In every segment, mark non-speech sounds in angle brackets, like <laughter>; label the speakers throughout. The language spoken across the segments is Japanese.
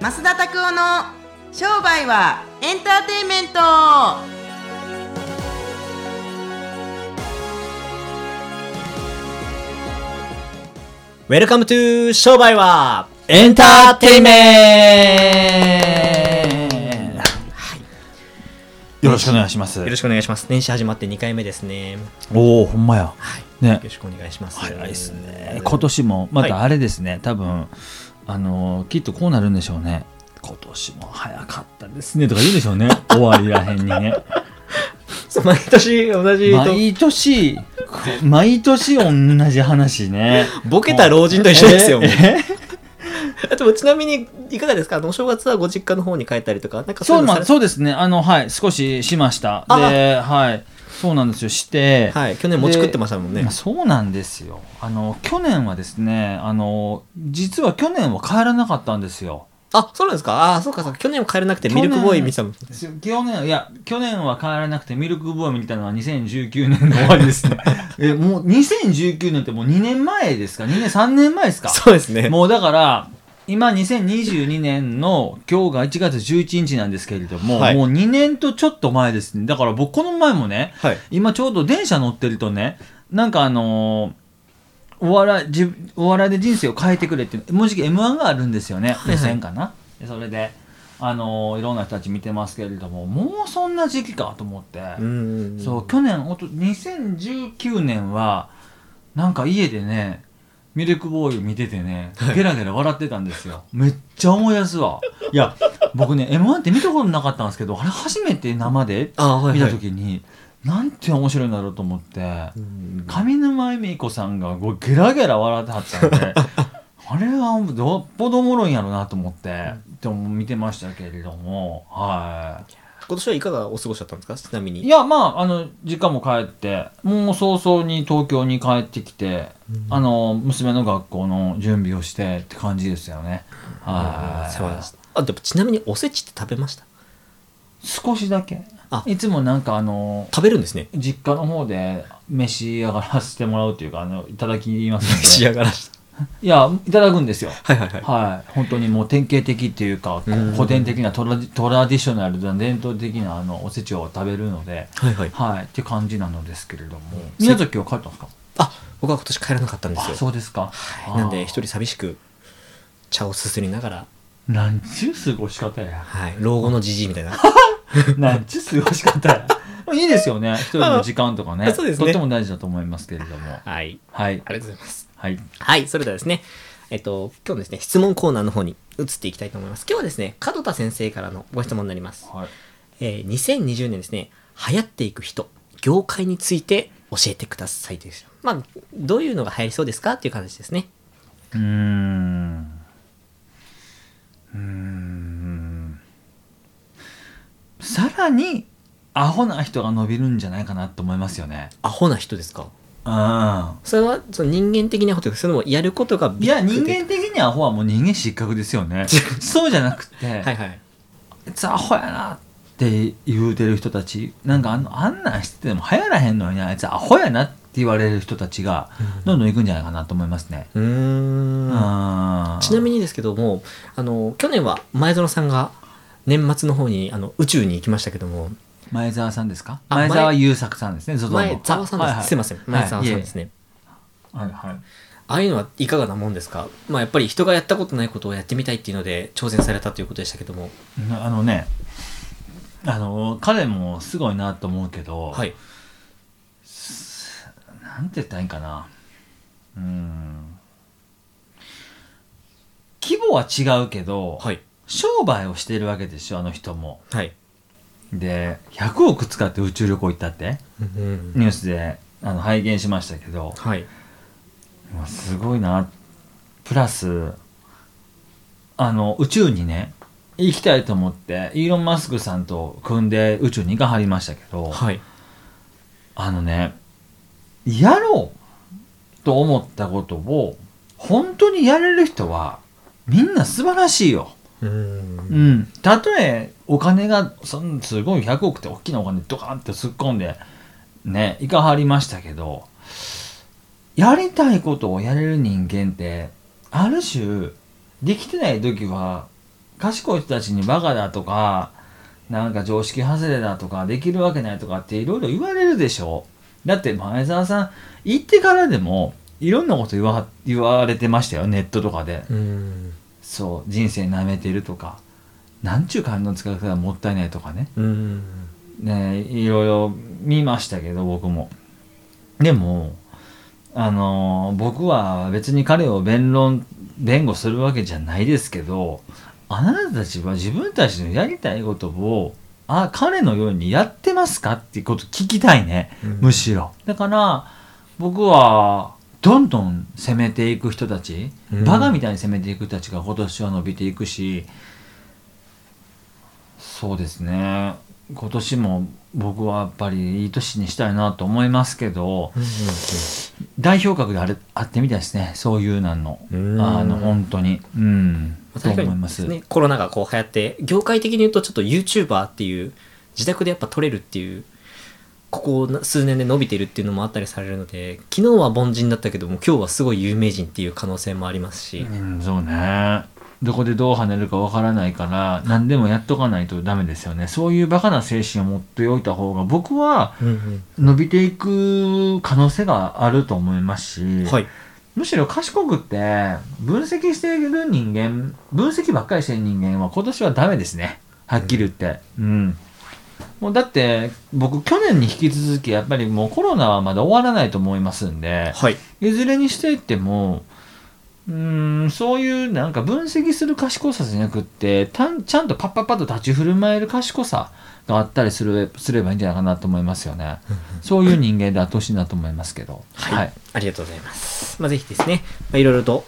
Speaker 1: 増田拓夫の商売はエンターテインメント
Speaker 2: ウェルカムトゥー商売はエンターテイメン
Speaker 3: よろしくお願いします
Speaker 2: トよろしくお願いします。年始始まって2回目ですね。
Speaker 3: おおほんまや
Speaker 2: はい。よ
Speaker 3: ね
Speaker 2: ろしくお願いします。
Speaker 3: 早いですね今年もまたあれですね、多分あのーきっとこうなるんでしょうね今年も早かったですねとか言うでしょ
Speaker 2: <laughs>
Speaker 3: うね終わりらへんにね
Speaker 2: そう毎年同じと
Speaker 3: 毎年毎年同じ話ね
Speaker 2: ボケた老人と一緒ですよ。
Speaker 3: え
Speaker 2: もうあとちなみにいかがですかあのお正月はご実家の方に帰ったりとかなんか
Speaker 3: そう
Speaker 2: いの
Speaker 3: ま
Speaker 2: さ
Speaker 3: あ
Speaker 2: れ
Speaker 3: そうですねあのはい少ししました
Speaker 2: あ
Speaker 3: ではいそうなんですよして、
Speaker 2: はい去年持ち食ってましたもんね
Speaker 3: まあ。そうなんですよあの去年はですねあの実は去年は帰らなかったんですよ
Speaker 2: あそうなんですかあそうかそうか去年も帰れなくてミルクボーイ見てたもん。
Speaker 3: 去年いや去年は帰らなくてミルクボーイ見たのは2019年の終わりで
Speaker 2: <laughs>
Speaker 3: すねえもう2019年ってもう2年前ですか2年3年前ですか
Speaker 2: そうですね。
Speaker 3: もうだから今2022年の今日が1月11日なんですけれども、
Speaker 2: はい
Speaker 3: もう2年とちょっと前ですねだから僕この前もね
Speaker 2: はい。
Speaker 3: 今ちょうど電車乗ってるとねなんかあのーお笑い自お笑いで人生を変えてくれってもうじき m 1があるんですよね
Speaker 2: いはい
Speaker 3: 予選かな、でそれで、あのーいろんな人たち見てますけれどももうそんな時期かと思って、
Speaker 2: うん。
Speaker 3: そう去年おと2019年はなんか家でねミルクボーイを見ててねゲラゲラ笑ってたんですよ、めっちゃ思い出すわいや僕ね m 1って見たことなかったんですけどあれ初めて生で
Speaker 2: あはいはい
Speaker 3: 見た時に、なんて面白いんだろうと思って、
Speaker 2: うん
Speaker 3: 上沼恵美子さんがこうゲラゲラ笑ってはった
Speaker 2: <laughs>
Speaker 3: んであれはどっぽどおもろいんやろうなと思って、でも見てましたけれどもはい。
Speaker 2: 今年はいかがお過ごしだったんですかちなみに。
Speaker 3: いやまああの実家も帰ってもう早々に東京に帰ってきて、あの娘の学校の準備をしてって感じですよね、はい
Speaker 2: そうですあでもちなみにおせちって食べました
Speaker 3: 少しだけ
Speaker 2: あ
Speaker 3: いつもなんかあの
Speaker 2: 食べるんですね
Speaker 3: 実家の方で飯上がらせてもらうというかあのいただきます
Speaker 2: <laughs> 仕
Speaker 3: ので
Speaker 2: 上がらした
Speaker 3: いやいただくんですよ
Speaker 2: はいはいはい
Speaker 3: はい、本当にもう典型的っていうか、こう
Speaker 2: うん
Speaker 3: 古典的なトラトラディショナルな伝統的なあのおせちを食べるので、
Speaker 2: はいはい
Speaker 3: はい、って感じなのですけれども、宮崎は帰ったんですか
Speaker 2: あ僕は今年帰らなかったんです
Speaker 3: あ
Speaker 2: よ
Speaker 3: そうですか、
Speaker 2: はいなんで一人寂しく茶をすすりながら、
Speaker 3: 人なんちゅう過ごし方や <laughs>
Speaker 2: はい、老後のじじいみたい <laughs> な
Speaker 3: なんちゅう過ごし方や <laughs> いいですよね一人の時間とかね
Speaker 2: あそうですね
Speaker 3: とっても大事だと思いますけれども
Speaker 2: はい
Speaker 3: はい
Speaker 2: ありがとうございます
Speaker 3: はい
Speaker 2: はいそれではですねえっと今日のですね質問コーナーの方に移っていきたいと思います今日はですね門田先生からのご質問になります、
Speaker 3: はい
Speaker 2: えー、2020年ですね流行っていく人業界について教えてくださいというまあどういうのが流行りそうですかっていう感じですね
Speaker 3: うーんうーんさらにアホな人が伸びるんじゃないかなと思いますよね。
Speaker 2: アホな人ですか
Speaker 3: うん。いや
Speaker 2: それはその人間的なことですそれともやることが
Speaker 3: 人間的にアホはもう人間失格ですよね。そうじゃなくて、
Speaker 2: はいはい
Speaker 3: あいつアホやなって言うてる人たちなんかあのあんなんしてても流行らへんのにあいつアホやなって言われる人たちがどんどん行くんじゃないかなと思いますね。
Speaker 2: うー
Speaker 3: うんん
Speaker 2: ちなみにですけどもあの去年は前園さんが年末の方にあの宇宙に行きましたけども
Speaker 3: 前澤さんですか
Speaker 2: あ
Speaker 3: 前澤優作さんですねゾゾの
Speaker 2: 前澤さんです、
Speaker 3: はいはい
Speaker 2: すいません前澤さんですね、
Speaker 3: はいはい
Speaker 2: ああいうのはいかがなもんですかまあやっぱり人がやったことないことをやってみたいっていうので挑戦されたということでしたけども
Speaker 3: あのねあの彼もすごいなと思うけど、
Speaker 2: はい
Speaker 3: なんて言ったらいいんかなうん規模は違うけど、
Speaker 2: はい
Speaker 3: 商売をしてるわけでしょあの人も
Speaker 2: はい、
Speaker 3: で100億使って宇宙旅行行ったって
Speaker 2: うん、
Speaker 3: ニュースであの拝見しましたけど、
Speaker 2: はい
Speaker 3: まあすごいなプラスあの宇宙にね行きたいと思ってイーロン・マスクさんと組んで宇宙に行かはりましたけど、
Speaker 2: はい
Speaker 3: あのねやろうと思ったことを本当にやれる人はみんな素晴らしいよ。
Speaker 2: う
Speaker 3: うんん、たとえお金がそんすごい100億って大きなお金ドカーンって突っ込んでねいかはりましたけどやりたいことをやれる人間ってある種できてない時は賢い人たちにバカだとかなんか常識外れだとかできるわけないとかっていろいろ言われるでしょだって前澤さん行ってからでもいろんなこと言わ言われてましたよネットとかで
Speaker 2: うん
Speaker 3: そう人生舐めてるとかなんちゅう金の使い方がもったいないとかね
Speaker 2: うん
Speaker 3: ねいろいろ見ましたけど僕もでもあの僕は別に彼を弁論弁護するわけじゃないですけどあなたたちは自分たちのやりたいことをあ彼のようにやってますかっていうこと聞きたいね、
Speaker 2: うん
Speaker 3: むしろだから僕はどんどん攻めていく人たち、
Speaker 2: うん
Speaker 3: バカみたいに攻めていく人たちが今年は伸びていくしそうですね今年も僕はやっぱりいい年にしたいなと思いますけど代表格であれあってみたいですねそういうなんのあ
Speaker 2: うん
Speaker 3: の本当にうんと
Speaker 2: 確か
Speaker 3: 思い
Speaker 2: に
Speaker 3: ま
Speaker 2: ですすねコロナがこう流行って業界的に言うとちょっと YouTuber っていう自宅でやっぱ撮れるっていうここ数年で伸びてるっていうのもあったりされるので昨日は凡人だったけども今日はすごい有名人っていう可能性もありますし、
Speaker 3: うんそうねどこでどう跳ねるかわからないから何でもやっとかないとダメですよねそういうバカな精神を持っておいた方が僕は
Speaker 2: うん
Speaker 3: 伸びていく可能性があると思います
Speaker 2: う
Speaker 3: し、
Speaker 2: んはい
Speaker 3: むしろ賢くって分析している人間分析ばっかりしてる人間は今年はダメですねはっきり言ってうん、もうだって僕去年に引き続きやっぱりもうコロナはまだ終わらないと思いますんで
Speaker 2: はい
Speaker 3: いずれにしていってもうーんそういうなんか分析する賢さじゃなくってたんちゃんとパッパッパッと立ち振る舞える賢さがあったりするすればいいんじゃないかなと思いますよねそういう人間であってほしいなと思いますけど
Speaker 2: はい、ありがとうございます。まあ、ぜひですね、まあ、いろいろと、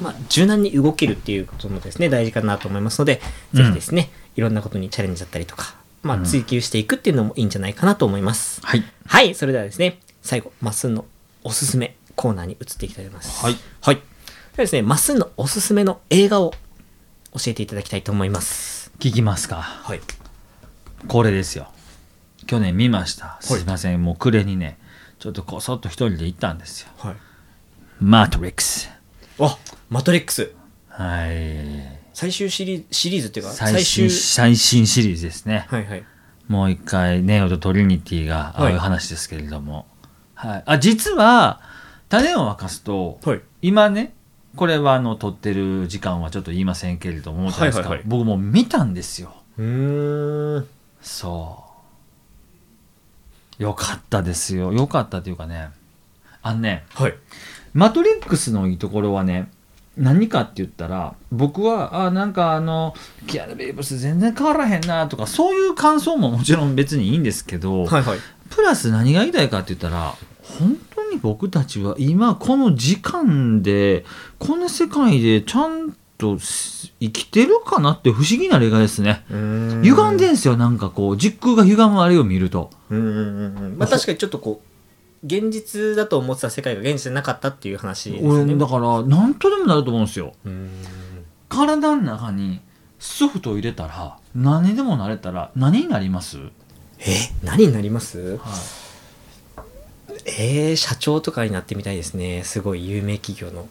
Speaker 2: まあ、柔軟に動けるっていうこともですね、大事かなと思いますので、
Speaker 3: うん
Speaker 2: ぜひですね、いろんなことにチャレンジだったりとか、ま
Speaker 3: う
Speaker 2: あ、
Speaker 3: ん
Speaker 2: 追求していくっていうのもいいんじゃないかなと思います。
Speaker 3: はい
Speaker 2: はい、それではですね、最後、まっすんのおすすめコーナーに移っていきたいと思います。
Speaker 3: はい。
Speaker 2: はい。ではですね、まっすんのおすすめの映画を教えていただきたいと思います。
Speaker 3: 聞きますか
Speaker 2: はい。
Speaker 3: これですよ去年見ました
Speaker 2: い
Speaker 3: すいません、もう暮れにねちょっとこそっと一人で行ったんですよ
Speaker 2: はい。
Speaker 3: 「マトリックス
Speaker 2: あ、マトリックス。」
Speaker 3: はい
Speaker 2: 最終シリーズ、シリーズっていうか、
Speaker 3: 最新最新シリーズですね、
Speaker 2: はいはい。
Speaker 3: もう一回ネオとトリニティが会う話ですけれども、はいあ実は種を沸かすと、
Speaker 2: はい。
Speaker 3: 今ねこれはあの撮ってる時間はちょっと言いませんけれども、
Speaker 2: はいはいはい
Speaker 3: 僕もう見たんですよ
Speaker 2: うーん。
Speaker 3: そうよかったですよよかったというかねあのね
Speaker 2: はい。
Speaker 3: マトリックスのいいところはね何かって言ったら僕はあなんかあのキアヌ・リーブス全然変わらへんなとかそういう感想ももちろん別にいいんですけど、
Speaker 2: はいはい。
Speaker 3: プラス何が言いたいかって言ったら本当に僕たちは今この時間でこの世界でちゃんと生きてるかなって不思議な例外ですね。歪
Speaker 2: 歪
Speaker 3: んでんすよなんかこう時空が歪むあれを見ると
Speaker 2: うんうんうんうん。まあ確かにちょっとこう、現実だと思ってた世界が現実じゃなかったっていう話ですよ
Speaker 3: 俺
Speaker 2: ね。
Speaker 3: だから何とでもなると思うんですよ
Speaker 2: うーん
Speaker 3: 体の中にソフトを入れたら何にでもなれたら何になります、はい、
Speaker 2: え何になりますえー、社長とかになってみたいですね。すごい有名企業の。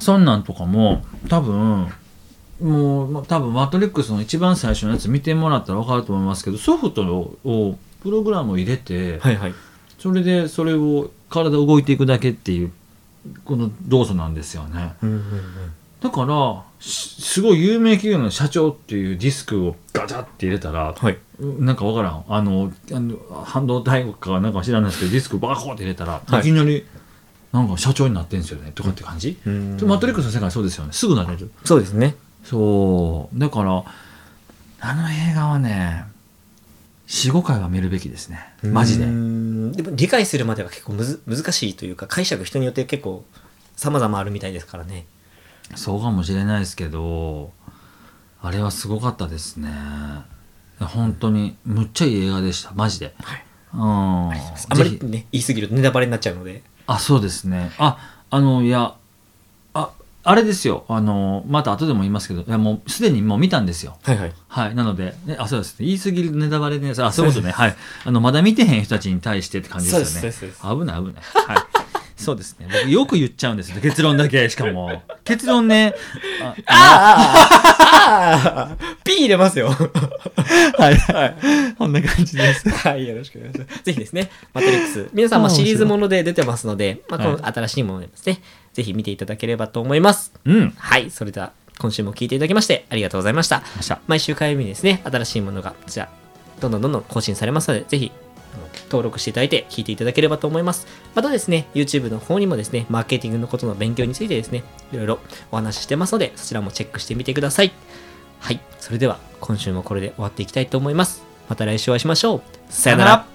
Speaker 3: そんなんとかも多分もうま多分マトリックスの一番最初のやつ見てもらったら分かると思いますけどソフトををプログラムを入れて、
Speaker 2: はいはい。
Speaker 3: それでそれを体動いていくだけっていうこの動作なんですよね。
Speaker 2: うんうんうん。
Speaker 3: だからしすごい有名企業の社長っていうディスクをガチャって入れたら、
Speaker 2: はい。
Speaker 3: なんかわからんあのあの半導体かなんか知らないですけどディスクバコーって入れたら、
Speaker 2: はい
Speaker 3: い、きなりなんか社長になってんですよねとかって感じ、
Speaker 2: うん
Speaker 3: マトリックスの世界はそうですよねすぐなれる
Speaker 2: そうですね。
Speaker 3: そうだからあの映画はね45回は見るべきですねマジで
Speaker 2: うーんでも理解するまでは結構むず難しいというか、解釈人によって結構様々あるみたいですからね。
Speaker 3: そうかもしれないですけどあれはすごかったですね本当にむっちゃいい映画でしたマジで
Speaker 2: はい。
Speaker 3: うん
Speaker 2: あんま
Speaker 3: ぜ
Speaker 2: り
Speaker 3: ひ
Speaker 2: ね、言い過ぎるとネタバレになっちゃうので。
Speaker 3: あそうですねああのいやああれですよあのまた後でも言いますけどいやもうすでにもう見たんですよ
Speaker 2: はいはい。
Speaker 3: はいなので、ね、あそうです言い過ぎるネタバレねあそういうことねはいあのまだ見てへん人たちに対してって感じですよね
Speaker 2: そうですそうです
Speaker 3: 危ない危ないはいそうですね僕よく言っちゃうんですよ結論だけしかも <laughs> 結論ねあ
Speaker 2: ああああ !P 入れますよ
Speaker 3: はいはいこんな感じです
Speaker 2: はい、よろしくお願いします。ぜひですね、マトリックス、皆さんまあ
Speaker 3: あー
Speaker 2: シリーズもので出てますので、まあ、こ
Speaker 3: はい
Speaker 2: の新しいものですね、ぜひ見ていただければと思います。
Speaker 3: うん
Speaker 2: はい、それでは今週も聞いていただきましてありがとうございました。
Speaker 3: した
Speaker 2: 毎週火曜日にですね、新しいものが、こちら、どんどんどんどん更新されますので、ぜひ、あの登録していただいて聞いていただければと思います。またですね、YouTube の方にもですね、マーケティングのことの勉強についてですね、いろいろお話ししてますので、そちらもチェックしてみてください。はい、それでは今週もこれで終わっていきたいと思います。また来週お会いしましょう。さよなら。